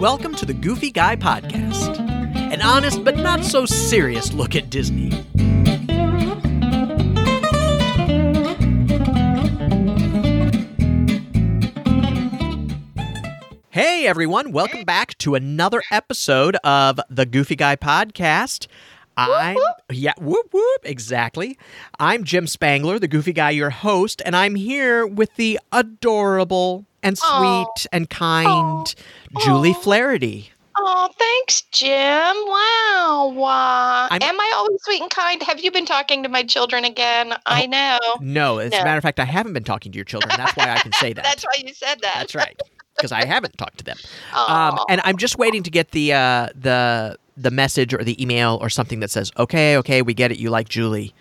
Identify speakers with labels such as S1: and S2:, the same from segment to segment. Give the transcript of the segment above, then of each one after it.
S1: welcome to the Goofy Guy Podcast, an honest but not so serious look at Disney. Hey everyone, welcome back to another episode of the Goofy Guy Podcast. I'm yeah, whoop whoop, exactly. I'm Jim Spangler, the Goofy Guy, your host, and I'm here with the adorable and sweet
S2: Aw.
S1: and kind Julie Flaherty.
S2: Oh, thanks, Jim. Wow. wow.
S1: I'm-
S2: Am I always sweet and kind? Have you been talking to my children again?
S1: Oh,
S2: I know.
S1: No, as a
S2: No.
S1: matter of fact, I haven't been talking to your children. That's why I can say that.
S2: That's why you said that.
S1: That's right, because I haven't talked to them. Um,
S2: Aw.
S1: and I'm just waiting to get the uh, the the message or the email or something that says, "Okay, okay, we get it. You like Julie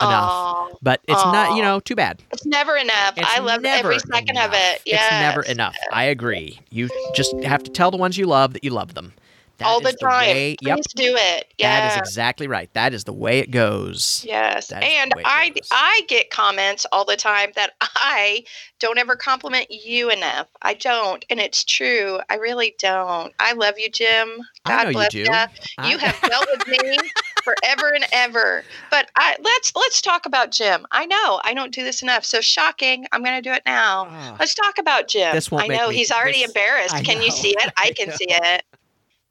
S1: enough."
S2: Aw.
S1: But it's not, you
S2: Aw.
S1: know, too bad.
S2: It's never enough.
S1: It's
S2: I love
S1: never
S2: every second
S1: enough.
S2: of it. Yeah.
S1: It's never enough. I agree. You just have to tell the ones you love that you love them. That
S2: All the
S1: is
S2: time.
S1: way- yep.
S2: Please do it. Yeah.
S1: That is exactly right. That is the way it goes.
S2: Yes.
S1: That is the
S2: And
S1: way it
S2: I
S1: goes.
S2: I get comments all the time that I don't ever compliment you enough. I don't. And it's true. I really don't. I love you, Jim.
S1: I know you
S2: bless
S1: do.
S2: ya.
S1: I-
S2: You have dealt with me forever and ever. But I, let's let's talk about Jim. I know I don't do this enough, so shocking. I'm going to do it now.
S1: Ah.
S2: Let's talk about Jim.
S1: This won't
S2: I
S1: make
S2: know
S1: me-
S2: he's already
S1: this-
S2: embarrassed.
S1: I
S2: can you
S1: know.
S2: see it? I
S1: I
S2: can
S1: know.
S2: see it.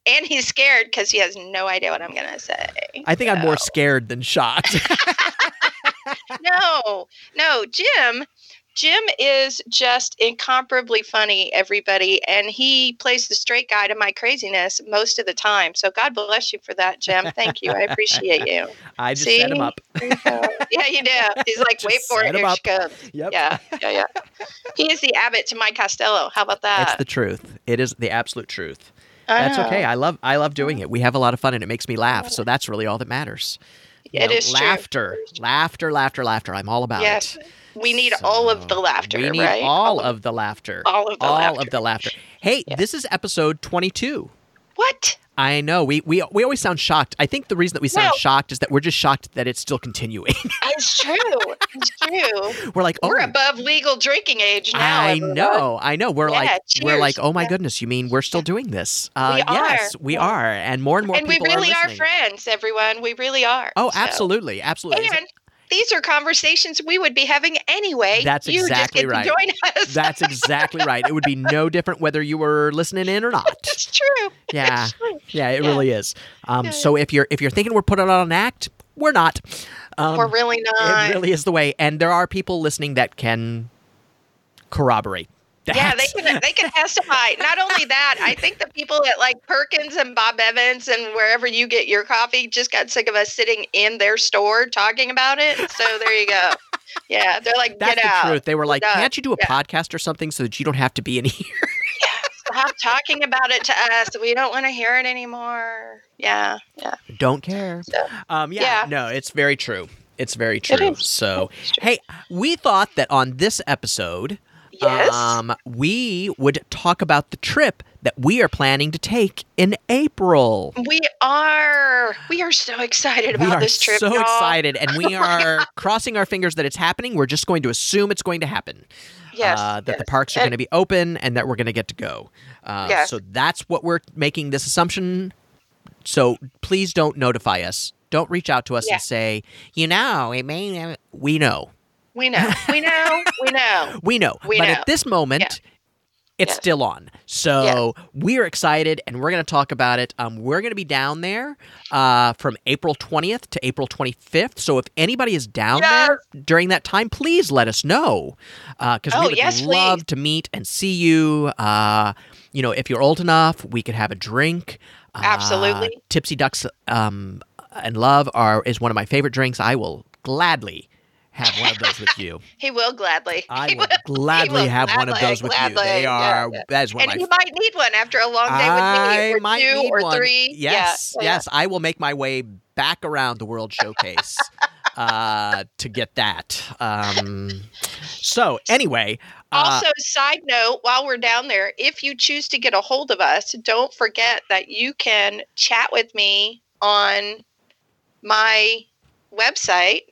S2: And he's scared because he has no idea what I'm going to say.
S1: I think I'm more scared than shocked.
S2: no, no, Jim. Jim is just incomparably funny, everybody, and he plays the straight guy to my craziness most of the time. So God bless you for that, Jim. Thank you. I appreciate you.
S1: I just set him
S2: See? Mm-hmm.
S1: up.
S2: yeah, you do. He's like,
S1: Just
S2: wait for
S1: set 'em
S2: it. Here
S1: up.
S2: she comes.
S1: Yep.
S2: Yeah, yeah, yeah. He is the abbot to my Costello. How about
S1: It's
S2: that?
S1: the truth. It is the absolute truth.
S2: I
S1: That's
S2: know.
S1: okay. I love I love doing it. We have a lot of fun and it makes me laugh. So that's really all that matters. You
S2: It
S1: know,
S2: is true.
S1: laughter, laughter, laughter, laughter. I'm all about
S2: Yes.
S1: it.
S2: We need all of the
S1: So,
S2: laughter,
S1: We need
S2: right?
S1: all of the laughter.
S2: all of the
S1: all
S2: laughter.
S1: of the laughter. Hey,
S2: Yeah.
S1: this is episode 22.
S2: what?
S1: I know. We, we we always sound shocked. I think the reason that we sound
S2: Well-
S1: shocked is that we're just shocked that it's still continuing.
S2: It's true. It's true.
S1: we're like, "Oh,
S2: We're above legal drinking age now.
S1: I
S2: everyone.
S1: know, I know. We're
S2: Yeah,
S1: like, we're
S2: cheers.
S1: like, oh my
S2: Yeah.
S1: goodness, you mean we're still doing this? Uh,
S2: are.
S1: Yes, we are, and more and more
S2: And we
S1: people
S2: really
S1: are,
S2: are,
S1: listening.
S2: friends, everyone. We really are.
S1: Oh,
S2: So-
S1: absolutely, absolutely.
S2: And these are conversations we would be having anyway.
S1: That's
S2: you
S1: exactly
S2: just get
S1: right.
S2: To join us.
S1: That's exactly right. It would be no different whether you were listening in or not.
S2: That's true.
S1: Yeah,
S2: That's true.
S1: yeah, it
S2: Yeah.
S1: really is. Um,
S2: Yeah.
S1: so if you're if you're thinking we're putting on an act, we're not. Um,
S2: We're really not.
S1: it really is the way, and there are people listening that can corroborate. That.
S2: Yeah, they can they can testify. Not only that, I think the people at like Perkins and Bob Evans and wherever you get your coffee just got sick of us sitting in their store talking about it. So there you go. Yeah, they're like,
S1: That's
S2: get
S1: the
S2: out.
S1: truth. They were like,
S2: done.
S1: "Can't you do a
S2: Yeah.
S1: podcast or something so that you don't have to be in here?"
S2: Stop talking about it to us. We don't want to hear it anymore. Yeah, yeah.
S1: don't care.
S2: So,
S1: Um, yeah,
S2: Yeah.
S1: no, it's very true. It's very
S2: It
S1: true.
S2: is.
S1: so,
S2: It's true.
S1: Oh, hey, we thought that on this episode,
S2: yes.
S1: um, we would talk about the trip that we are planning to take in April.
S2: we are we are so excited
S1: we
S2: about
S1: are
S2: this trip.
S1: so
S2: y'all.
S1: excited, and we are crossing our fingers that it's happening. We're just going to assume it's going to happen.
S2: Yes.
S1: uh, that
S2: yes.
S1: the parks are
S2: And-
S1: going to be open and that we're going to get to go. Uh,
S2: Yes.
S1: So that's what we're making this assumption. So please don't notify us. Don't reach out to us
S2: Yeah.
S1: and say, you know, it may. We know.
S2: we know. We know. We know.
S1: We know.
S2: We
S1: but
S2: know.
S1: at this moment, it's
S2: Yes.
S1: still on. So we're excited and we're going to talk about it. Um, we're going to be down there uh, from April 20th to April 25th. So if anybody is down
S2: Yes.
S1: there during that time, please let us know because
S2: Oh,
S1: we would
S2: yes,
S1: love to meet and see you. Uh, you know, if you're old enough, we could have a drink. Uh,
S2: Absolutely.
S1: Tipsy Ducks um, and Love are is one of my favorite drinks. I will gladly have one of those with you.
S2: He will gladly.
S1: I
S2: He
S1: will gladly
S2: will
S1: have one of
S2: gladly,
S1: those with you.
S2: gladly,
S1: They
S2: yeah,
S1: are
S2: yeah.
S1: that is one
S2: and
S1: of
S2: you
S1: my.
S2: might need one after a long day
S1: I
S2: with me, or
S1: might
S2: two,
S1: need
S2: or
S1: one.
S2: three. Yeah,
S1: Yes,
S2: yeah.
S1: yes, I will make my way back around the World Showcase uh, to get that. Um, so anyway, uh,
S2: Also, side note: while we're down there, if you choose to get a hold of us, don't forget that you can chat with me on my website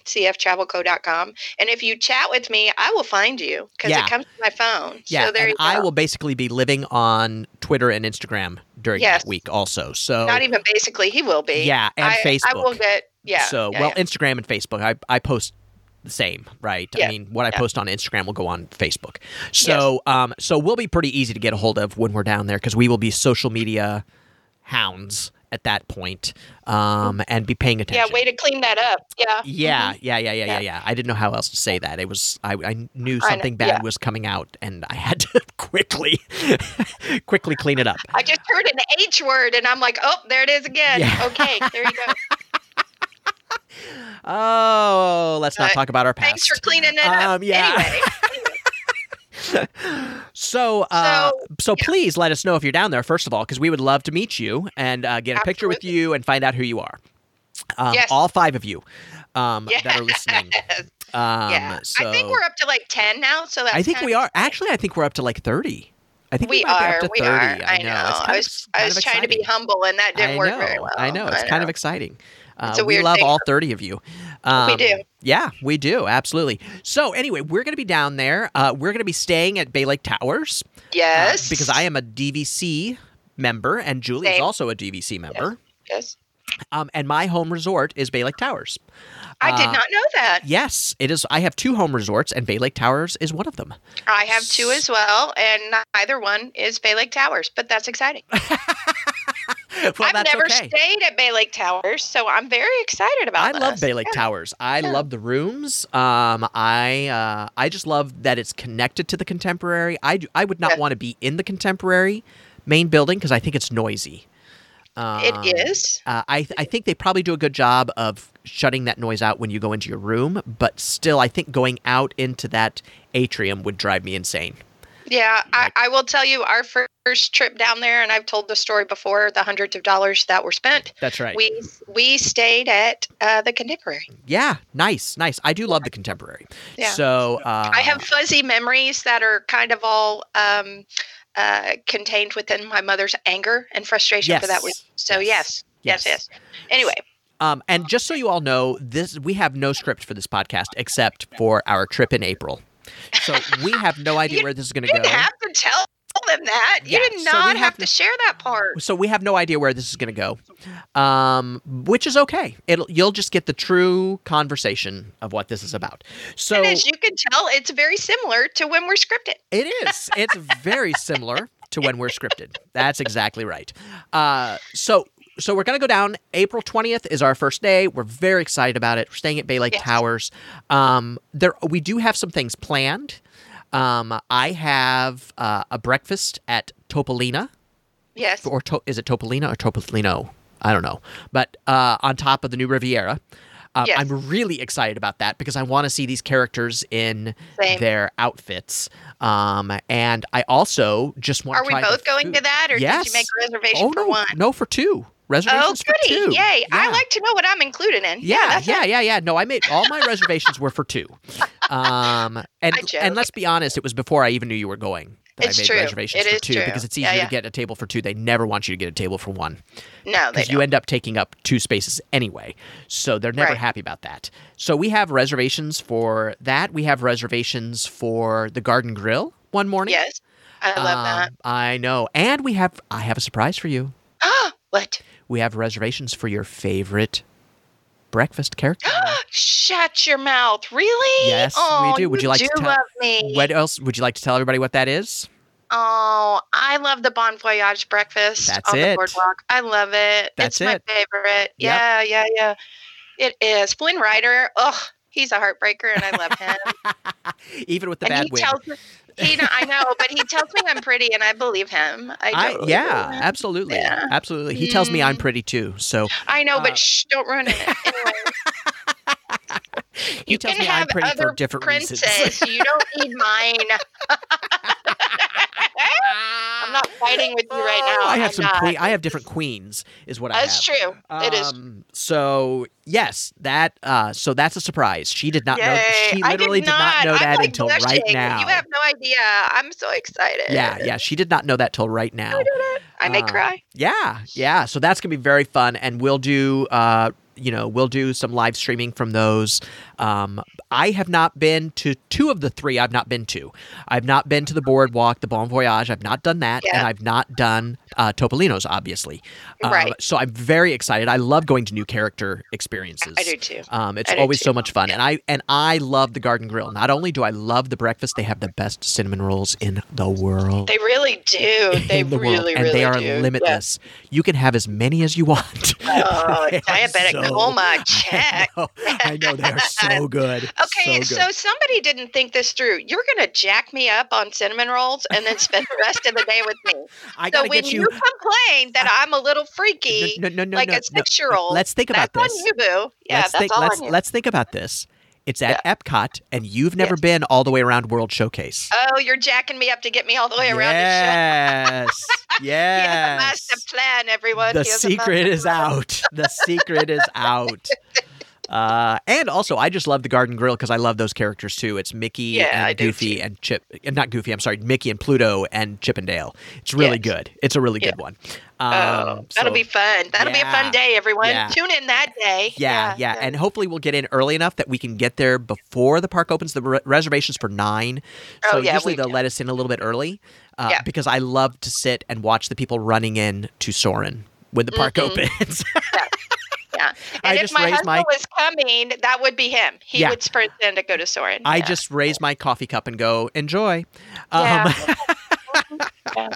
S2: cftravelco.com and if you chat with me i will find you because
S1: Yeah.
S2: it comes to my phone
S1: yeah,
S2: so there
S1: and
S2: you
S1: I
S2: go.
S1: will basically be living on Twitter and Instagram during
S2: Yes.
S1: that week also. So
S2: Not even basically, he will be.
S1: yeah, and
S2: I,
S1: Facebook.
S2: I will get yeah.
S1: so
S2: yeah,
S1: well,
S2: yeah.
S1: Instagram and Facebook. I I post the same, right? I
S2: Yeah,
S1: mean, what I
S2: yeah.
S1: post on Instagram will go on Facebook. So um, so we'll be pretty easy to get a hold of when we're down there because we will be social media hounds at that point, um, and be paying attention.
S2: Mm-hmm. yeah. Way to clean that up. Yeah. mm-hmm.
S1: Yeah, yeah, yeah, yeah, yeah,
S2: Yeah.
S1: yeah. I didn't know how else to say that. It was I, I knew
S2: I know,
S1: something bad
S2: yeah.
S1: was coming out, and I had to quickly, quickly clean it up.
S2: I just heard an H word and I'm like, oh, there it is again.
S1: Yeah.
S2: Okay, there you go.
S1: Oh, let's not
S2: Uh,
S1: talk about our past.
S2: Thanks for cleaning it up.
S1: Um, yeah.
S2: Anyway,
S1: So, uh, so,
S2: So, yeah.
S1: please let us know if you're down there, first of all, because we would love to meet you and uh, get a picture with
S2: Absolutely.
S1: you and find out who you are. Um,
S2: Yes.
S1: All five of you um, that are
S2: yes.
S1: listening. Um,
S2: yeah.
S1: So
S2: I think we're up to like 10 now. So that's
S1: I think
S2: kind
S1: we
S2: of-
S1: are. Actually, I think we're up to like 30. I think we,
S2: We
S1: might be
S2: are.
S1: up to
S2: We
S1: 30.
S2: are.
S1: I know. It's kind
S2: I
S1: of-
S2: was, I
S1: kind
S2: was
S1: of
S2: trying to be
S1: exciting.
S2: humble and that didn't
S1: I
S2: work
S1: know.
S2: very well.
S1: I know. It's kind of exciting. Uh,
S2: It's a
S1: we
S2: weird
S1: love
S2: thing
S1: all 30 of you. Um,
S2: do.
S1: Yeah, we do. Absolutely. So, anyway, we're going to be down there. Uh, we're going to be staying at Bay Lake Towers uh,
S2: Yes.
S1: because I am a DVC member and Julie is
S2: Same.
S1: also a DVC member.
S2: Yes.
S1: Um, and my home resort is Bay Lake Towers.
S2: I
S1: Uh,
S2: did not know that.
S1: Yes, it is. I have two home resorts, and Bay Lake Towers is one of them.
S2: I have two as well, and neither one is Bay Lake Towers, but that's exciting.
S1: well,
S2: I've
S1: that's
S2: never
S1: okay.
S2: stayed at Bay Lake Towers, so I'm very excited about
S1: I love
S2: this.
S1: Bay Lake
S2: Yeah.
S1: Towers. I
S2: Yeah.
S1: love the rooms. Um, I uh, I just love that it's connected to the contemporary. I do, I would not
S2: Yeah.
S1: want to be in the contemporary main building because I think it's noisy. Um,
S2: It is.
S1: Uh, I I think they probably do a good job of shutting that noise out when you go into your room, but still, I think going out into that atrium would drive me insane.
S2: Yeah, I,
S1: Like-
S2: I will tell you our first trip down there, and I've told the story before. The hundreds of dollars that were spent,
S1: That's right.
S2: we we stayed at uh, the Contemporary.
S1: yeah, nice, nice. I do love the contemporary.
S2: Yeah.
S1: So uh,
S2: I have fuzzy memories that are kind of all um, uh, contained within my mother's anger and frustration for
S1: Yes.
S2: that. week. So yes, yes, yes. Anyway,
S1: Um, and just so you all know, this we have no script for this podcast except for our trip in April. So we have no idea
S2: You-
S1: where this is going
S2: you
S1: to
S2: didn't
S1: go.
S2: have to tell them that.
S1: Yeah,
S2: you
S1: so
S2: did
S1: we
S2: not
S1: have
S2: have,
S1: to-
S2: to share that part.
S1: so we have no idea where this is going to go, um, which is okay. It'll you'll just get the true conversation of what this is about. So
S2: and as you can tell, it's very similar to when we're scripted.
S1: It is. It's very similar to when we're scripted. That's exactly right. Uh, so so we're gonna go down. April twentieth is our first day. We're very excited about it. We're staying at Bay Lake
S2: Yes.
S1: Towers. Um, there we do have some things planned. Um, I have uh, a breakfast at Topolina,
S2: Yes.
S1: or to- is it Topolina or Topolino? I don't know. But uh, on top of the new Riviera. Um,
S2: Yes.
S1: I'm really excited about that because I want to see these characters in
S2: Same.
S1: their outfits. Um, and I also just want
S2: Are
S1: to
S2: we
S1: try the
S2: both going
S1: food.
S2: to that, or did
S1: Yes.
S2: you make a reservation
S1: oh,
S2: for
S1: no,
S2: one?
S1: No, for two.
S2: Oh,
S1: Reservations
S2: goody!
S1: for two.
S2: Yay! I
S1: Yeah.
S2: like to know what I'm included in.
S1: Yeah,
S2: that's
S1: yeah, yeah, yeah. No, I made all my reservations were for two. Um, and
S2: I joke.
S1: and let's be honest, it was before I even knew you were going that
S2: It's
S1: I made
S2: true.
S1: reservations
S2: It
S1: for
S2: is
S1: two
S2: true.
S1: because it's easier
S2: Yeah, yeah.
S1: to get a table for two. They never want you to get a table for one
S2: it. No, they
S1: because
S2: don't.
S1: you end up taking up two spaces anyway. So they're never
S2: Right.
S1: happy about that. So we have reservations for that. We have reservations for the Garden Grill one morning.
S2: Yes, I love that.
S1: Um, I know. And we have I have a surprise for you.
S2: Ah, what?
S1: We have reservations for your favorite breakfast character.
S2: Shut your mouth! Really?
S1: Yes, we
S2: oh,
S1: do. Would you like to tell-
S2: love me?
S1: what else would you like to tell everybody what that is?
S2: Oh, I love the Bon Voyage breakfast
S1: That's
S2: on
S1: it.
S2: the boardwalk. I love it.
S1: That's
S2: it's my
S1: it.
S2: favorite. Yeah, yeah, yeah. It is. Flynn Rider. Oh, he's a heartbreaker, and I love him.
S1: Even with the
S2: and
S1: bad
S2: he
S1: wig.
S2: tells me, he, I know, but he tells me I'm pretty, and I believe him. I,
S1: I,
S2: totally
S1: yeah,
S2: believe him.
S1: absolutely.
S2: Yeah.
S1: Absolutely. He tells me I'm
S2: Mm.
S1: pretty too. So
S2: I know,
S1: Uh,
S2: but shh, don't ruin it. Anyway,
S1: he
S2: you
S1: tells
S2: can
S1: me I'm
S2: have
S1: pretty
S2: other
S1: for different
S2: princess.
S1: reasons.
S2: you don't need mine. I'm not fighting with you right
S1: Oh,
S2: now.
S1: I have
S2: I'm
S1: some.
S2: not.
S1: Queen, I have different queens, is what
S2: That's
S1: I
S2: true.
S1: have.
S2: it is.
S1: Um, So yes, that. Uh, so that's a surprise. She did not know.
S2: Yay.
S1: She
S2: I
S1: literally did not, know
S2: I'm,
S1: that
S2: like,
S1: until right
S2: blushing.
S1: now.
S2: You have no idea. I'm so excited.
S1: yeah, yeah. She did not know that till right now.
S2: I may
S1: Uh,
S2: cry.
S1: Yeah, yeah. So that's gonna be very fun, and we'll do uh, you know, we'll do some live streaming from those. Um, I have not been to two of the three I've not been to. I've not been to the boardwalk, the Bon Voyage. I've not done that.
S2: Yeah.
S1: And I've not done uh, Topolino's, obviously. Uh,
S2: Right.
S1: So I'm very excited. I love going to new character experiences.
S2: I do too.
S1: Um, it's
S2: I do
S1: always so
S2: too.
S1: much fun, and I and I love the Garden Grill. Not only do I love the breakfast, they have the best cinnamon rolls in the world.
S2: They really do. They
S1: in the
S2: really,
S1: world,
S2: really
S1: and they are
S2: do. Yeah.
S1: limitless. You can have as many as you want.
S2: Oh,
S1: They are
S2: diabetic
S1: so-
S2: coma
S1: I
S2: check.
S1: know, I know they are so good.
S2: Okay,
S1: so,
S2: so,
S1: good.
S2: somebody didn't think this through. You're going to jack me up on cinnamon rolls and then spend the rest of the day with me.
S1: I
S2: so
S1: gotta
S2: when
S1: get
S2: you,
S1: you. uh,
S2: complain that I'm a little freaky,
S1: No, no, no,
S2: like
S1: no,
S2: a six-year-old,
S1: no. Let's think
S2: that's
S1: about this.
S2: on you, boo. Yeah,
S1: let's
S2: that's
S1: think,
S2: all
S1: let's,
S2: on you.
S1: let's think about this. It's at Epcot, and you've never
S2: Yes.
S1: been all the way around World Showcase.
S2: Oh, you're jacking me up to get me all the way around. This show.
S1: yes,
S2: He has a
S1: yes.
S2: master plan, everyone.
S1: the
S2: He has a
S1: secret
S2: master
S1: is
S2: plan.
S1: out. The secret is out. Uh, and also, I just love the Garden Grill because I love those characters too. It's Mickey
S2: Yeah, I
S1: and
S2: do
S1: Goofy and Chip, and not Goofy. I'm sorry, Mickey and Pluto and Chip and Dale. It's really
S2: Yes.
S1: good. It's a really good one. Um,
S2: Oh, that'll
S1: so-
S2: be fun. That'll be a
S1: yeah,
S2: fun day, everyone.
S1: yeah.
S2: Tune in that day.
S1: yeah, yeah, and hopefully we'll get in early enough that we can get there before the park opens. The re- reservations for nine, so
S2: Oh, yeah,
S1: usually
S2: we-
S1: they'll let us in a little bit early, uh,
S2: Yeah.
S1: because I love to sit and watch the people running in to Soren when the park
S2: Mm-hmm.
S1: opens.
S2: Yeah.
S1: I
S2: And if
S1: just
S2: my
S1: raised
S2: husband
S1: my-
S2: was coming, that would be him. He
S1: Yeah.
S2: would pretend to go to Soren.
S1: I
S2: Yeah.
S1: just raise my coffee cup and go enjoy.
S2: Yeah.
S1: Um,
S2: Yeah.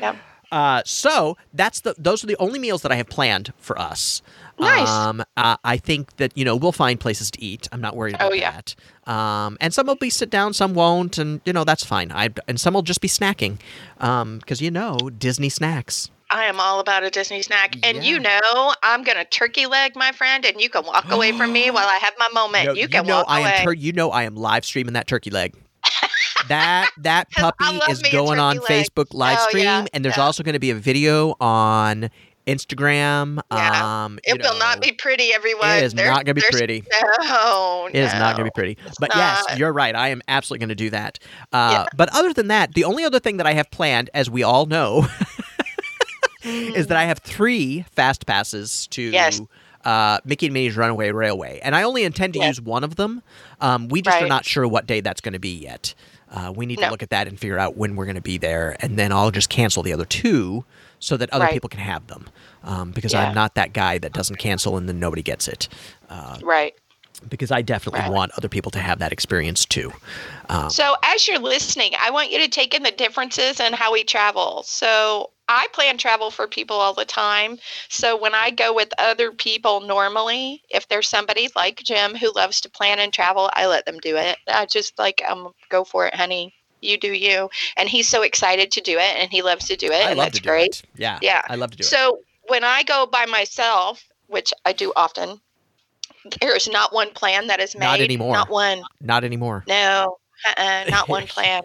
S2: Yeah.
S1: uh, so that's the those are the only meals that I have planned for us.
S2: Nice.
S1: Um, uh, I think that you know we'll find places to eat. I'm not worried about
S2: Oh, yeah.
S1: that. Um, and some will be sit down, some won't, and you know that's fine. I and some will just be snacking, Um, 'cause because you know Disney snacks.
S2: I am all about a Disney snack. And
S1: Yeah.
S2: you know, I'm going to turkey leg, my friend, and you can walk away from me while I have my moment.
S1: No,
S2: you can
S1: know
S2: walk
S1: I
S2: away.
S1: am. tur- you know I am live streaming that turkey leg. that that
S2: 'Cause I
S1: puppy
S2: love
S1: is
S2: me a
S1: going on
S2: turkey leg.
S1: Facebook live
S2: Oh,
S1: stream,
S2: yeah,
S1: and there's
S2: yeah.
S1: also going to be a video on Instagram.
S2: Yeah.
S1: Um, you
S2: it will
S1: know,
S2: not be pretty, everyone.
S1: It is
S2: There's-
S1: not going to be
S2: there's-
S1: pretty.
S2: No,
S1: It is not going
S2: no.
S1: to be pretty. But yes,
S2: not.
S1: you're right. I am absolutely going to do that. Uh, But other than that, the only other thing that I have planned, as we all know, is that I have three fast passes to
S2: Mm. Yes.
S1: uh, Mickey and Minnie's Runaway Railway, and I only intend to
S2: Yes.
S1: use one of them. Um, we just are
S2: Right.
S1: not sure what day that's going to be yet. Uh, we need to
S2: No.
S1: look at that and figure out when we're going to be there, and then I'll just cancel the other two so that other
S2: Right.
S1: people can have them. Um, because
S2: Yeah.
S1: I'm not that guy that doesn't cancel and then nobody gets it. Uh,
S2: Right.
S1: because I definitely
S2: Right.
S1: want other people to have that experience too. Um,
S2: So, as you're listening, I want you to take in the differences in how we travel. So, I plan travel for people all the time. So, when I go with other people normally, if there's somebody like Jim who loves to plan and travel, I let them do it. I just like, um, go for it, honey. You do you. And he's so excited to do it and he loves to do it.
S1: I
S2: and
S1: love
S2: that's
S1: to do
S2: great.
S1: it. Yeah,
S2: Yeah.
S1: I love to do it.
S2: So when I go by myself, which I do often, there is not one plan that is made.
S1: Not anymore.
S2: Not one.
S1: Not anymore.
S2: No, uh-uh, not one plan.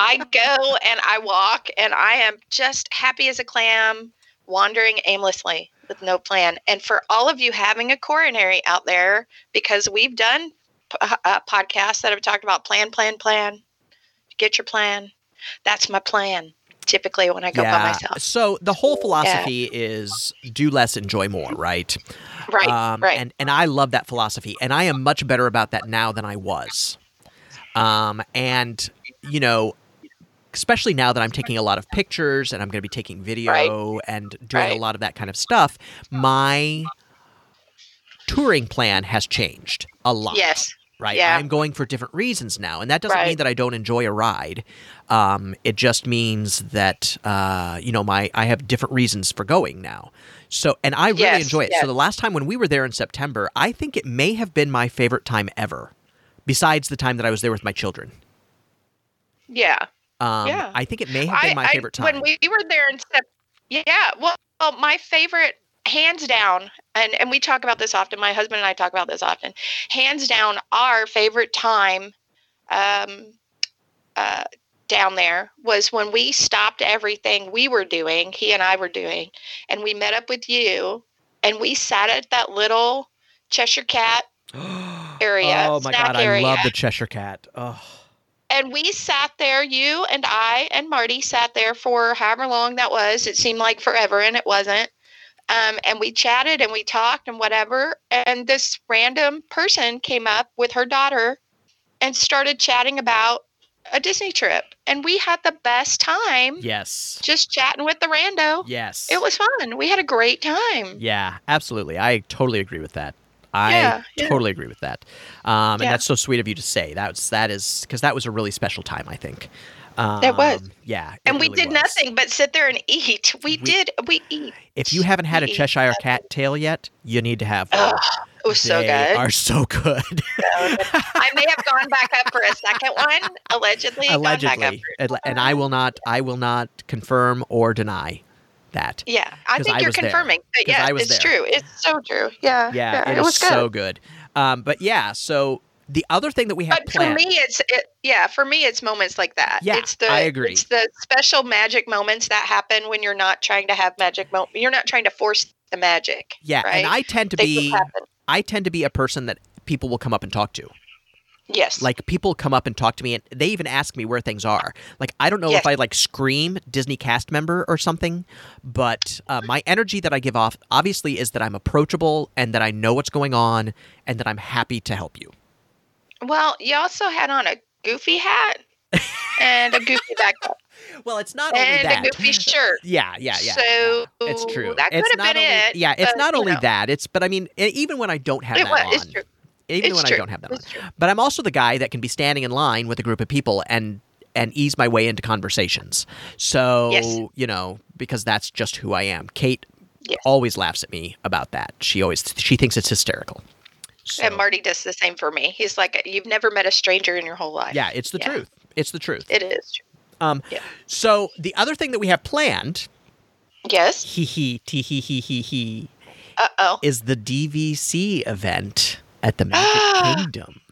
S2: I go and I walk, and I am just happy as a clam, wandering aimlessly with no plan. And for all of you having a coronary out there, because we've done p- uh, podcasts that have talked about plan, plan, plan, get your plan. That's my plan. Typically, when I go by myself,
S1: So the whole philosophy is do less, enjoy more, right?
S2: right,
S1: Um,
S2: right.
S1: And and I love that philosophy, and I am much better about that now than I was. Um, and you know, especially now that I'm taking a lot of pictures and I'm going to be taking video and doing a
S2: Right.
S1: lot of that kind of stuff, my touring plan has changed a lot.
S2: yes,
S1: right?
S2: Yeah.
S1: I'm going for different reasons now, and that doesn't mean
S2: Right.
S1: that I don't enjoy a ride. Um, it just means that uh, you know my I have different reasons for going now. So, and I really
S2: Yes,
S1: enjoy it.
S2: yes.
S1: So the last time when we were there in September, I think it may have been my favorite time ever, besides the time that I was there with my children.
S2: yeah.
S1: Um,
S2: Yeah.
S1: I think it may have been my favorite time.
S2: When we were there in Sep- yeah, well, well, my favorite, hands down, and and we talk about this often. My husband and I talk about this often. Hands down, our favorite time, um, uh, down there was when we stopped everything we were doing. He and I were doing, and we met up with you, and we sat at that little Cheshire Cat area,
S1: oh my
S2: snack
S1: god,
S2: area.
S1: I love the Cheshire Cat. Oh,
S2: and we sat there you and i and marty sat there for however long that was it seemed like forever and it wasn't Um, and we chatted and we talked and whatever. And this random person came up with her daughter and started chatting about a Disney trip. And we had the best time
S1: Yes.
S2: just chatting with the rando.
S1: Yes.
S2: It was fun. We had a great time.
S1: Yeah, absolutely. I totally agree with that. I
S2: Yeah, yeah.
S1: totally agree with that. Um,
S2: Yeah.
S1: And that's so sweet of you to say. That's that is because that was a really special time. I think. Um,
S2: That was.
S1: Yeah. it
S2: And we
S1: really
S2: did
S1: was.
S2: nothing but sit there and eat. We,
S1: We-
S2: did. We eat.
S1: If you haven't had a
S2: We-
S1: Cheshire cat tail yet, you need to have one.
S2: Ugh, It was so
S1: they
S2: good.
S1: Are so good.
S2: I may have gone back up for a second one, allegedly. gone back up
S1: Allegedly,
S2: for-
S1: Alle- and I will not. I will not confirm or deny that.
S2: yeah, I
S1: 'Cause
S2: think
S1: I
S2: you're
S1: was there.
S2: confirming. But
S1: 'Cause
S2: yeah,
S1: I was
S2: it's
S1: there.
S2: true. It's so true. Yeah,
S1: Yeah, it
S2: it was
S1: is
S2: good.
S1: so good. Um, but yeah, so the other thing that we have
S2: but for
S1: planned.
S2: me, it's it, yeah. For me, it's moments like that.
S1: Yeah,
S2: it's the
S1: I agree.
S2: It's the special magic moments that happen when you're not trying to have magic. Mo- you're not trying to force the magic.
S1: yeah,
S2: right?
S1: and I tend to
S2: They just
S1: be.
S2: happen.
S1: I tend to be a person that people will come up and talk to.
S2: Yes.
S1: Like people come up and talk to me and they even ask me where things are. Like I don't know
S2: Yes.
S1: if I like scream Disney cast member or something, but uh, my energy that I give off obviously is that I'm approachable and that I know what's going on and that I'm happy to help you.
S2: well, you also had on a goofy hat and a goofy backpack
S1: Well, it's not only
S2: and
S1: that.
S2: a goofy shirt.
S1: Yeah, yeah, yeah.
S2: So
S1: it's true.
S2: That could
S1: it's
S2: have
S1: not
S2: been
S1: only,
S2: it.
S1: Yeah, it's
S2: but,
S1: not
S2: you
S1: only
S2: know,
S1: that. It's but I mean, e- even when I don't have
S2: It
S1: that
S2: was.
S1: on,
S2: It's true.
S1: even
S2: It's
S1: when
S2: true.
S1: I don't have that on.
S2: It's true.
S1: But I'm also the guy that can be standing in line with a group of people and and ease my way into conversations. So
S2: Yes.
S1: you know, because that's just who I am. Kate
S2: Yes.
S1: always laughs at me about that. She always she thinks it's hysterical. So,
S2: And Marty does the same for me. He's like, you've never met a stranger in your whole life.
S1: yeah, it's the
S2: Yeah.
S1: truth. It's the truth.
S2: It is true.
S1: Um,
S2: yeah.
S1: So the other thing that we have planned,
S2: Yes.
S1: hee hee, tee hee hee hee hee,
S2: Uh oh.
S1: is the DVC event at the Magic Kingdom.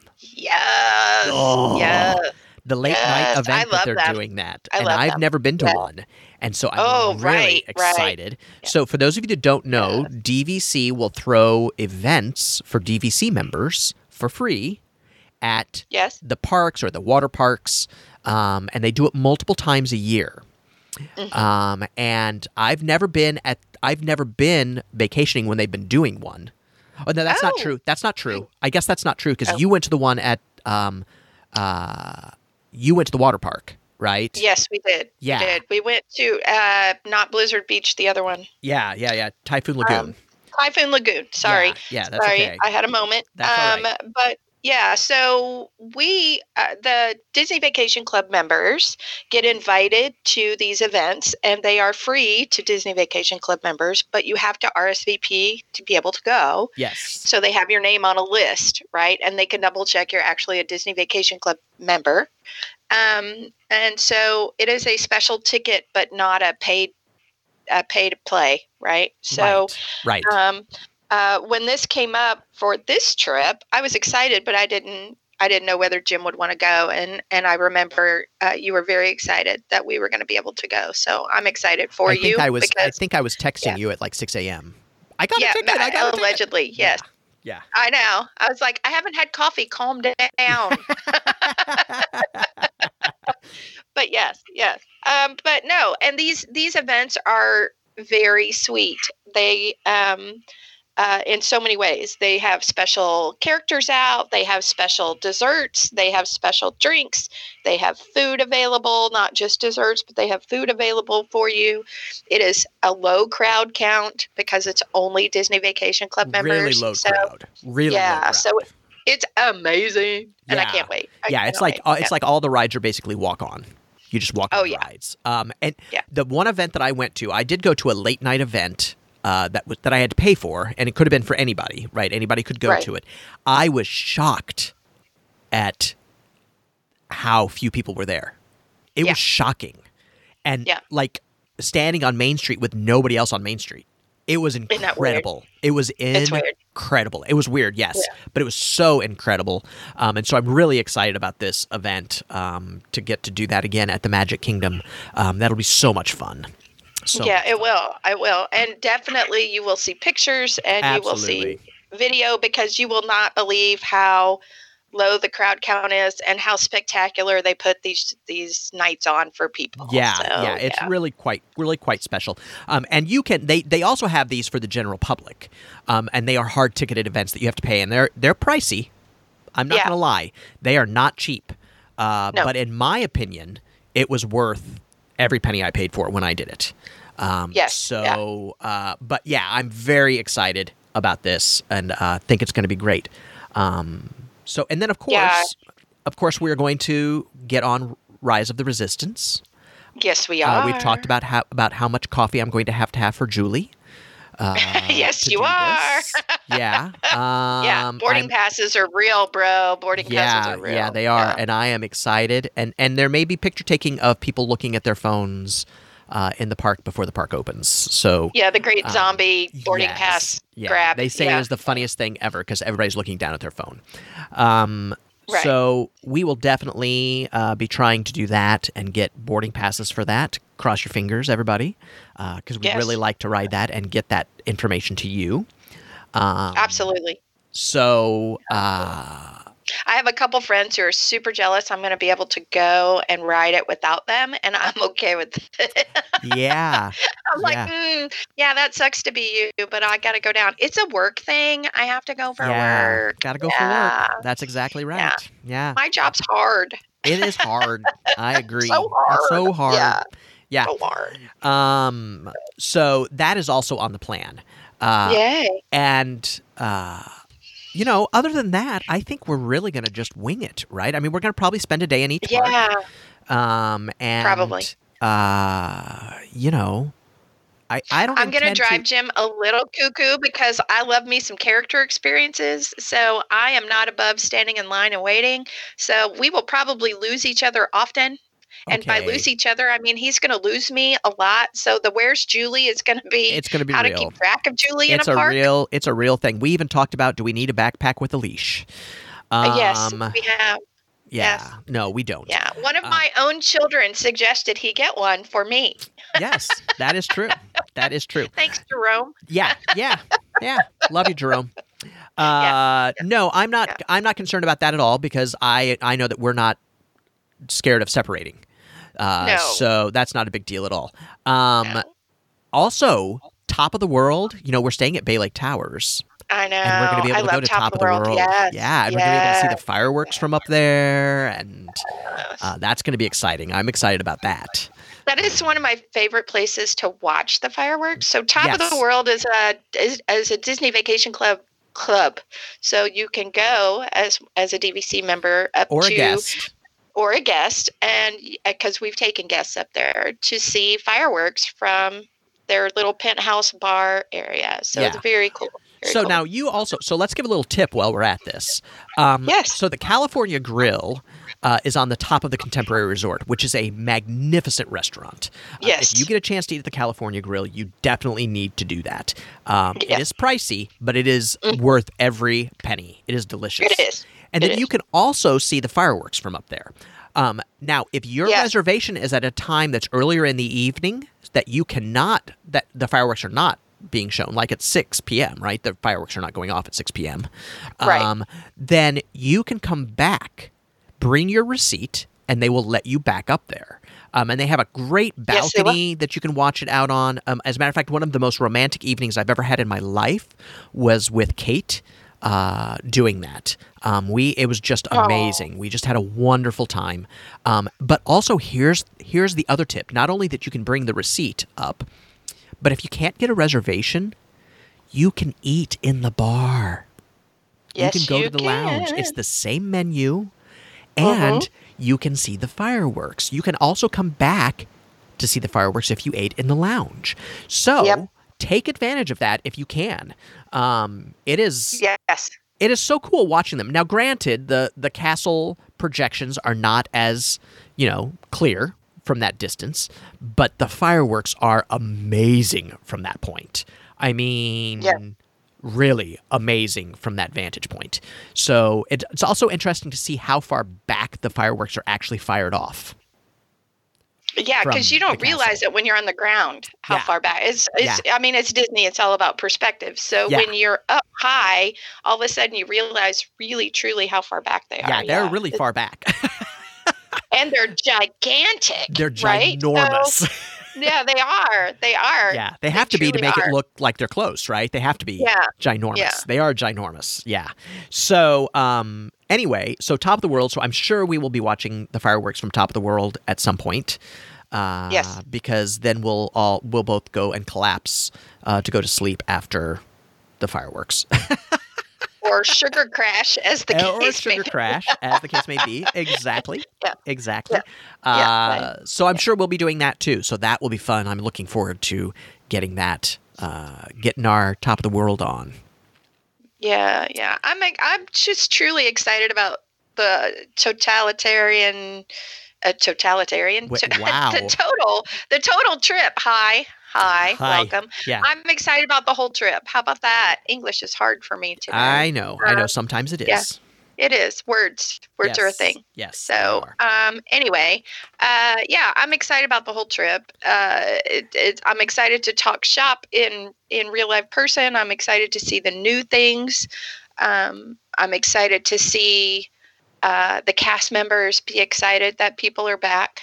S2: Yes.
S1: Oh.
S2: Yes.
S1: the late
S2: Yes,
S1: night
S2: I
S1: event
S2: love
S1: that they're
S2: them.
S1: doing that.
S2: I
S1: and
S2: love
S1: I've
S2: them.
S1: never been to
S2: Yeah.
S1: one. And so I'm
S2: Oh,
S1: really
S2: right, right.
S1: excited. So for those of you that don't know, DVC will throw events for DVC members for free at
S2: Yes.
S1: the parks or the water parks. Um, and they do it multiple times a year.
S2: Mm-hmm.
S1: Um, and I've never been at I've never been vacationing when they've been doing one. Oh no, that's not
S2: Oh.
S1: true. That's not true. I guess that's not true because
S2: Oh.
S1: you went to the one at um, uh, you went to the water park, right?
S2: Yes, we did.
S1: Yeah.
S2: We did. We went to uh, not Blizzard Beach, the other one.
S1: yeah, yeah, yeah. Typhoon Lagoon.
S2: Um, Typhoon Lagoon. Sorry.
S1: Yeah, yeah, that's
S2: Sorry.
S1: okay.
S2: I had a moment.
S1: That's all
S2: um, But yeah, so we, uh, the Disney Vacation Club members, get invited to these events and they are free to Disney Vacation Club members, but you have to RSVP to be able to go.
S1: yes.
S2: So they have your name on a list, right? And they can double check you're actually a Disney Vacation Club member. Um, and so it is a special ticket, but not a paid a pay to play, right? So
S1: right. right.
S2: um, uh, when this came up for this trip, I was excited, but I didn't I didn't know whether Jim would want to go. And and I remember uh, you were very excited that we were going to be able to go. So I'm excited for
S1: I
S2: you.
S1: think I was I
S2: because-
S1: think I was texting
S2: yeah.
S1: you at like six a.m. I got
S2: yeah, oh,
S1: a ticket. I got a ticket.
S2: allegedly, yes.
S1: Yeah.
S2: I know. I was like, I haven't had coffee. Calm down. but yes, yes. Um, but no, and these these events are very sweet. They um, uh, in so many ways. They have special characters out. They have special desserts. They have special drinks. They have food available, not just desserts, but they have food available for you. It is a low crowd count because it's only Disney Vacation Club members.
S1: really low
S2: so
S1: crowd. Really low
S2: Yeah,
S1: crowd.
S2: so it's amazing, and I
S1: Yeah.
S2: can't wait. I
S1: yeah, it's
S2: cannot
S1: like
S2: wait.
S1: uh, it's like all the rides are basically walk on. You just walk on
S2: Oh,
S1: the
S2: yeah.
S1: rides. Um, and
S2: Yeah.
S1: the one event that I went to, I did go to a late night event. Uh, that was that I had to pay for, and it could have been for anybody, right? Anybody could go
S2: Right.
S1: to it. I was shocked at how few people were there. It
S2: Yeah.
S1: was shocking, and
S2: Yeah.
S1: like standing on Main Street with nobody else on Main Street. It was
S2: that weird?
S1: incredible. It was
S2: It's weird.
S1: incredible. It was weird, yes,
S2: Yeah.
S1: but it was so incredible. Um, and so I'm really excited about this event um, to get to do that again at the Magic Kingdom. Um, that'll be so much fun. So
S2: yeah, it will. I will. And definitely you will see pictures and you will see
S1: absolutely,
S2: video because you will not believe how low the crowd count is and how spectacular they put these these nights on for people.
S1: Yeah,
S2: So,
S1: yeah, it's
S2: yeah.
S1: really quite, really quite special. Um, and you can they they also have these for the general public, um, and they are hard ticketed events that you have to pay, and they're they're pricey. I'm not
S2: Yeah.
S1: gonna lie, they are not cheap. Uh,
S2: No.
S1: But in my opinion, it was worth every penny I paid for it when I did it. Um,
S2: Yes,
S1: So, uh, but yeah, I'm very excited about this, and uh, think it's going to be great. Um, so, and then of course,
S2: Yeah.
S1: of course, we are going to get on Rise of the Resistance.
S2: yes, we
S1: Uh,
S2: are.
S1: we've talked about how about how much coffee I'm going to have to have for Julie. Uh,
S2: Yes,
S1: to
S2: you
S1: do
S2: are.
S1: this. Yeah. Um,
S2: yeah, boarding
S1: I'm-
S2: passes are real, bro. Boarding passes
S1: Yeah,
S2: are real.
S1: yeah, they are, and I am excited. And and there may be picture taking of people looking at their phones uh, in the park before the park opens. So
S2: Yeah, the great
S1: Um,
S2: zombie boarding
S1: yes.
S2: pass
S1: yeah,
S2: grab.
S1: They say
S2: yeah.
S1: it is the funniest thing ever because everybody's looking down at their phone. Um,
S2: Right.
S1: So we will definitely uh, be trying to do that and get boarding passes for that. Cross your fingers, everybody, because we
S2: Yes.
S1: really like to ride that and get that information to you. Um,
S2: Absolutely.
S1: So uh,
S2: I have a couple friends who are super jealous. I'm going to be able to go and ride it without them, and I'm okay with it.
S1: yeah,
S2: I'm like,
S1: Yeah.
S2: mm, yeah, that sucks to be you, but I got to go down. It's a work thing. I have to go for
S1: yeah,
S2: work.
S1: gotta go
S2: Yeah.
S1: for work. That's exactly right.
S2: Yeah.
S1: yeah.
S2: My job's hard.
S1: it is hard. I agree.
S2: So
S1: It's so hard.
S2: hard. Yeah.
S1: Yeah.
S2: So hard.
S1: Um, so that is also on the plan. Uh,
S2: Yay.
S1: And, uh, you know, other than that, I think we're really going to just wing it, right? I mean, we're going to probably spend a day in each park.
S2: Yeah.
S1: Um, and,
S2: Probably.
S1: Uh, you know, I, I don't
S2: I'm going to
S1: intend
S2: drive Jim a little cuckoo because I love me some character experiences. So I am not above standing in line and waiting. So we will probably lose each other often. And by
S1: Okay.
S2: lose each other, I mean he's going to lose me a lot. So the where's Julie is going to be
S1: It's going to be
S2: how to
S1: real.
S2: keep track of Julie
S1: It's
S2: in
S1: a,
S2: a, park.
S1: real, it's a real thing. We even talked about do we need a backpack with a leash? Um,
S2: Uh, yes, we have.
S1: Yeah.
S2: yes.
S1: No, we don't.
S2: Yeah, one of
S1: Uh,
S2: my own children suggested he get one for me.
S1: Yes, that is true. That is true.
S2: Thanks, Jerome.
S1: Yeah, yeah, yeah. Love you, Jerome. Uh, no, I'm not.
S2: Yeah.
S1: I'm not concerned about that at all because I I know that we're not scared of separating. Uh,
S2: No.
S1: So that's not a big deal at all. Um,
S2: No.
S1: Also, top of the world. You know, we're staying at Bay Lake Towers,
S2: I know.
S1: and we're going to be able
S2: Oh, I
S1: to go
S2: love
S1: to top, of the world.
S2: Yes,
S1: yeah, and we're going to be able to see the fireworks from up there, and
S2: yes.
S1: uh, that's going to be exciting. I'm excited about that.
S2: That is one of my favorite places to watch the fireworks. So Top of the
S1: Yes.
S2: World is a is, is a Disney Vacation Club club. So you can go as as a DVC member up
S1: Or
S2: to
S1: a guest.
S2: or a guest and because we've taken guests up there to see fireworks from their little penthouse bar area. So it's
S1: Yeah.
S2: very cool. Very
S1: so
S2: cool.
S1: now you also so let's give a little tip while we're at this um,
S2: Yes.
S1: so the california grill uh, is on the top of the contemporary resort which is a magnificent restaurant Uh,
S2: Yes.
S1: if you get a chance to eat at the california grill you definitely need to do that um,
S2: Yeah. Mm-hmm.
S1: it is pricey but it is worth every penny it is delicious
S2: it is.
S1: and
S2: It
S1: then
S2: is.
S1: you can also see the fireworks from up there. Um, now, if your
S2: Yes.
S1: reservation is at a time that's earlier in the evening that you cannot, that the fireworks are not being shown, like at 6 p.m., right? The fireworks are not going off at 6 p.m.
S2: Right.
S1: Um, then you can come back, bring your receipt, and they will let you back up there. Um, and they have a great
S2: Yes, they will.
S1: balcony that you can watch it out on. Um, as a matter of fact, one of the most romantic evenings I've ever had in my life was with Kate uh, doing that. Um, we it was just amazing. We just had a wonderful time. Um, but also here's here's the other tip: not only that you can bring the receipt up, but if you can't get a reservation, you can eat in the bar
S2: Yes,
S1: you can go to the lounge.
S2: can. Mm-hmm.
S1: It's the same menu, and you can see the fireworks. You can also come back to see the fireworks if you ate in the lounge. So
S2: Yep.
S1: take advantage of that if you can. Um, it is
S2: yes.
S1: it is so cool watching them. Now, granted, the the castle projections are not as you know clear from that distance, but the fireworks are amazing from that point. I mean,
S2: Yeah.
S1: really amazing from that vantage point. So it, it's also interesting to see how far back the fireworks are actually fired off.
S2: Yeah, because
S1: from
S2: you don't
S1: the
S2: realize it when you're on the ground how
S1: Yeah.
S2: far back. It's, it's I mean, it's Disney. It's all about perspective. So
S1: Yeah.
S2: when you're up high, all of a sudden you realize really truly how far back they are.
S1: yeah, they're really far back.
S2: and they're gigantic.
S1: they're
S2: right? So,
S1: ginormous.
S2: yeah, they are. They are.
S1: yeah, they have to be to
S2: truly
S1: make it
S2: are.
S1: look like they're close, right? They have to be
S2: Yeah.
S1: ginormous.
S2: Yeah.
S1: They are ginormous. Yeah. So, um, anyway, so Top of the World. So I'm sure we will be watching the fireworks from Top of the World at some point. Uh,
S2: Yes.
S1: Because then we'll all we'll both go and collapse uh, to go to sleep after the fireworks
S2: Or sugar crash, as the
S1: Eh, or
S2: case may
S1: sugar crash, as the case may be. Exactly.
S2: Yeah.
S1: Exactly.
S2: Yeah,
S1: Uh, so I'm sure we'll be doing that too. So that will be fun. I'm looking forward to getting that, uh, getting our top of the world on.
S2: Yeah, yeah. I'm like, I'm just truly excited about the totalitarian, uh, totalitarian.
S1: Wait,
S2: to-
S1: wow.
S2: the total, the total trip. Hi, hi,
S1: Hi,
S2: welcome.
S1: yeah.
S2: I'm excited about the whole trip. How about that? English is hard for me today.
S1: I know. I know.
S2: Uh,
S1: Sometimes it is.
S2: yeah. it is words. Words are a
S1: Yes,
S2: thing.
S1: Yes. they
S2: So,
S1: are.
S2: um, anyway, uh, yeah, I'm excited about the whole trip. Uh, it, it, I'm excited to talk shop in in real life person. I'm excited to see the new things. Um, I'm excited to see uh, the cast members be excited that people are back.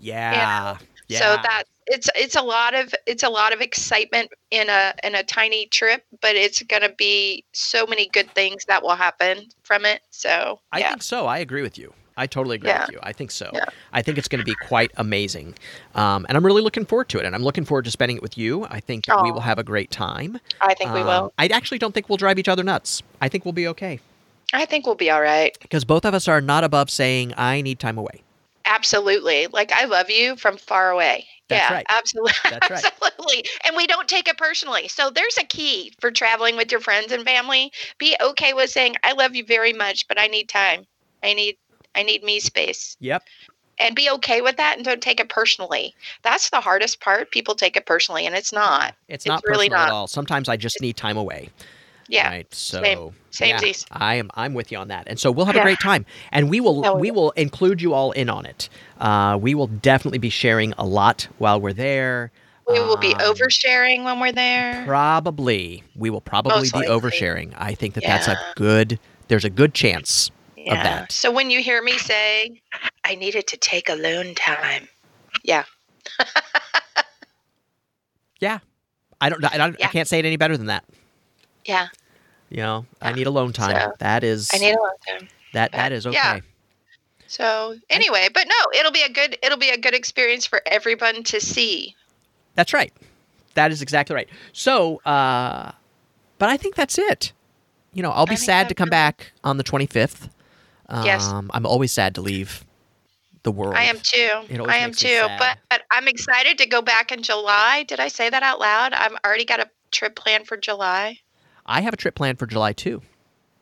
S1: yeah. Yeah.
S2: So that's it's it's a lot of it's a lot of excitement in a in a tiny trip, but it's gonna be so many good things that will happen from it. So
S1: I
S2: yeah.
S1: think so. I agree with you. I totally agree
S2: Yeah.
S1: with you. I think so.
S2: Yeah.
S1: I think it's going to be quite amazing. Um, and I'm really looking forward to it. And I'm looking forward to spending it with you. I think that we will
S2: Aw.
S1: have a great time.
S2: I think we
S1: Um,
S2: will.
S1: I actually don't think we'll drive each other nuts. I think we'll be okay
S2: I think we'll be all right.
S1: because both of us are not above saying, I need time away.
S2: Absolutely. Like I love you from far away.
S1: That's
S2: yeah,
S1: right.
S2: absolutely.
S1: That's right.
S2: Absolutely. And we don't take it personally. So there's a key for traveling with your friends and family. Be okay with saying I love you very much, but I need time. I need I need me space.
S1: Yep.
S2: And be okay with that and don't take it personally. That's the hardest part. People take it personally and it's not.
S1: It's
S2: It's
S1: not
S2: really
S1: personal at
S2: not.
S1: all. Sometimes I just need time away.
S2: Yeah.
S1: Right. So
S2: Same
S1: yeah,
S2: Z's.
S1: I am I'm with you on that. And so we'll have a
S2: Yeah.
S1: great time. And we will
S2: Yeah,
S1: we
S2: we
S1: will include you all in on it. Uh, we will definitely be sharing a lot while we're there.
S2: We will be
S1: Um,
S2: oversharing when we're there.
S1: Probably. We will probably
S2: Most
S1: be
S2: likely.
S1: oversharing. I think that that's a
S2: Yeah.
S1: good there's a good chance.
S2: yeah.
S1: that.
S2: So when you hear me say I needed to take alone time.
S1: I don't I, don't, I
S2: Yeah.
S1: can't say it any better than that.
S2: Yeah.
S1: You know, I
S2: Yeah.
S1: need alone time.
S2: So,
S1: that is
S2: I need alone time.
S1: that that is okay.
S2: Yeah. So anyway, but no, it'll be a good it'll be a good experience for everyone to see.
S1: That's right. That is exactly right. So, uh, but I think that's it. You know, I'll be
S2: I think
S1: sad to
S2: that's
S1: come
S2: it.
S1: back on the 25th. Um,
S2: Yes.
S1: I'm always sad to leave the world.
S2: I am
S1: It
S2: too.
S1: always
S2: I am
S1: makes me
S2: too.
S1: sad.
S2: But, but I'm excited to go back in July. Did I say that out loud? I've already got a trip planned for July.
S1: I have a trip planned for July too.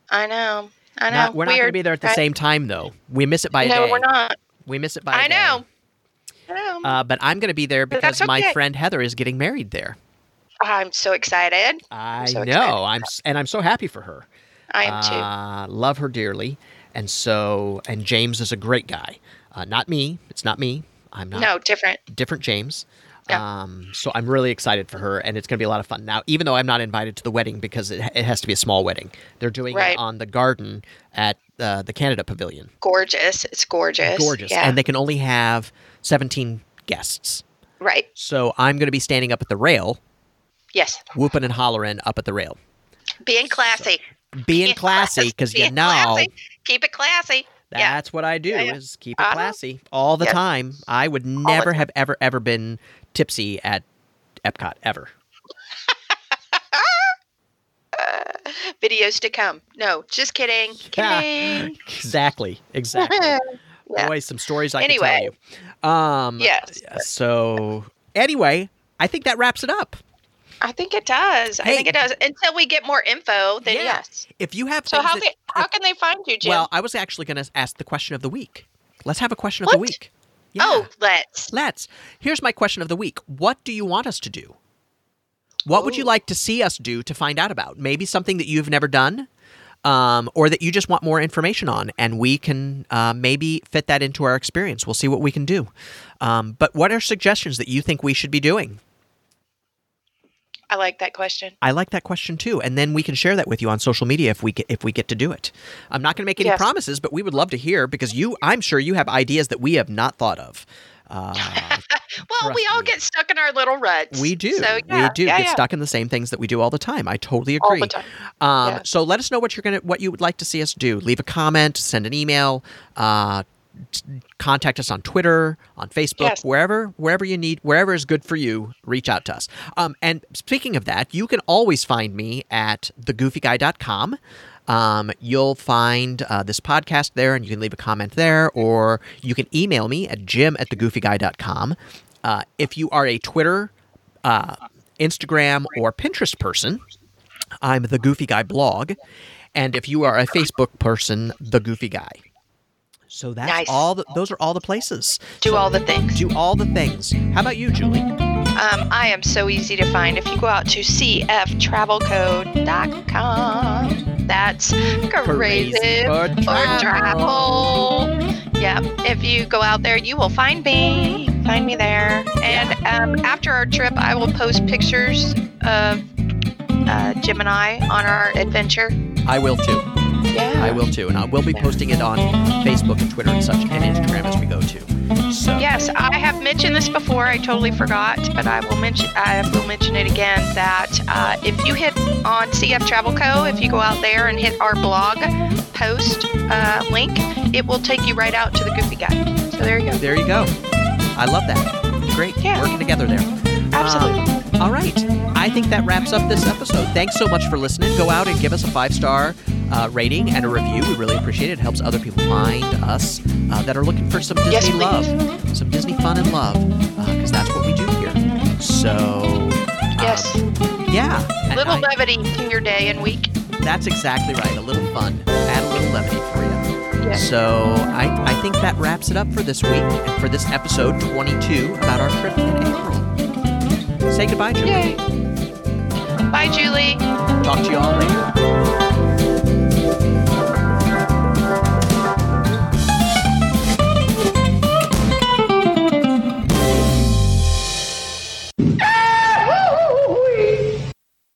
S2: I know. I know.
S1: Not- we're not going to
S2: Weird,
S1: be there at the
S2: right?
S1: same time though. We miss it by a
S2: No,
S1: day.
S2: we're not.
S1: We miss it by.
S2: I
S1: a day.
S2: know. I know.
S1: Uh, but I'm going to be there
S2: But
S1: because
S2: that's
S1: my
S2: okay.
S1: friend Heather is getting married there.
S2: I'm so excited.
S1: I
S2: so excited
S1: know. I'm s- and I'm so happy for her.
S2: I am too.
S1: Uh, love her dearly, and so and James is a great guy. Uh, not me. It's not me. I'm not.
S2: no, different.
S1: different James.
S2: Yeah.
S1: Um, so I'm really excited for her, and it's going to be a lot of fun. Now, even though I'm not invited to the wedding because it, it has to be a small wedding, they're doing it
S2: Right.
S1: on the garden at uh, the Canada Pavilion.
S2: Gorgeous. It's gorgeous.
S1: Gorgeous,
S2: Yeah.
S1: and they can only have 17 guests.
S2: right.
S1: So I'm going to be standing up at the rail,
S2: Yes.
S1: whooping and hollering up at the rail,
S2: Being classy.
S1: being classy because you
S2: Being
S1: know
S2: classy. Keep it classy. Yeah.
S1: that's what I do
S2: Yeah, yeah.
S1: is keep it
S2: Uh-huh.
S1: classy all the
S2: Yes.
S1: time. I would never
S2: time.
S1: have ever ever been tipsy at Epcot ever.
S2: videos to come. No, just kidding.
S1: Yeah.
S2: Kidding.
S1: Exactly, exactly.
S2: Yeah.
S1: Boy, some stories I
S2: Anyway.
S1: can tell you. Um,
S2: yes.
S1: So anyway, I think that wraps it up.
S2: I think it does.
S1: Hey.
S2: I think it does. Until we get more info, then
S1: Yeah.
S2: yes.
S1: If you have
S2: So
S1: things
S2: how
S1: that-
S2: they, how can they find you, Jim?
S1: well, I was actually going to ask the question of the week. Let's have a question of the
S2: What?
S1: week. Yeah.
S2: Oh, let's.
S1: let's. Here's my question of the week. What do you want us to do? What would you
S2: Ooh.
S1: like to see us do to find out about? Maybe something that you've never done. um, or that you just want more information on, and we can uh, maybe fit that into our experience. We'll see what we can do. Um, but what are suggestions that you think we should be doing?
S2: I like that question.
S1: I like that question too, and then we can share that with you on social media if we get, if we get to do it. I'm not going to make any
S2: Yes.
S1: promises, but we would love to hear because you, I'm sure you have ideas that we have not thought of. Uh,
S2: Well, we
S1: Trust
S2: all
S1: me.
S2: get stuck in our little ruts.
S1: we do,
S2: So, yeah,
S1: we do
S2: yeah,
S1: get
S2: yeah,
S1: stuck in the same things that we do all the time. I totally
S2: all
S1: agree.
S2: the time.
S1: Um,
S2: Yeah.
S1: So let us know what you're gonna, what you would like to see us do. Leave a comment, send an email, uh, t- contact us on Twitter, on Facebook,
S2: Yes.
S1: wherever, wherever you need, wherever is good for you. Reach out to us. Um, and speaking of that, you can always find me at thegoofyguy.com. Um, you'll find uh, this podcast there, and you can leave a comment there, or you can email me at jim at thegoofyguy.com. Uh, if you are a Twitter, uh, Instagram, or Pinterest person, I'm the Goofy Guy blog, and if you are a Facebook person, the Goofy Guy. So that's
S2: Nice.
S1: all. The, those are all the places.
S2: Do
S1: So
S2: all the things.
S1: Do all the things. How about you, Julie?
S2: Um, I am so easy to find if you go out to cftravelcode.com. That's crazy
S1: for
S2: for
S1: travel.
S2: travel. Yep. If you go out there, you will find me. Find me there. And um, after our trip, I will post pictures of uh, Jim and I on our adventure.
S1: I will too.
S2: Yeah.
S1: I will too, and I will be posting it on Facebook and Twitter and such, and Instagram as we go too. So
S2: Yes, I have mentioned this before. I totally forgot, but I will mention I will mention it again that uh, if you hit on CF Travel Co, if you go out there and hit our blog post uh, link, it will take you right out to the Goofy Guy. So there you go.
S1: there you go. I love that. Great.
S2: Yeah.
S1: Working together there. Um,
S2: Absolutely.
S1: All right. I think that wraps up this episode. Thanks so much for listening. Go out and give us a five star uh, rating and a review. We really appreciate it. It helps other people find us uh, that are looking for some Disney
S2: Yes, please.
S1: love, some Disney fun and love, because that's what we do here. So, um,
S2: yes.
S1: yeah. And
S2: Little
S1: I-
S2: levity to your day and week.
S1: that's exactly right. A little fun. Add a little levity for you.
S2: Yeah.
S1: So I, I think that wraps it up for this week and for this episode 22 about our trip in April. Say goodbye, Julie.
S2: Yay. Bye, Julie.
S1: Talk to you all later.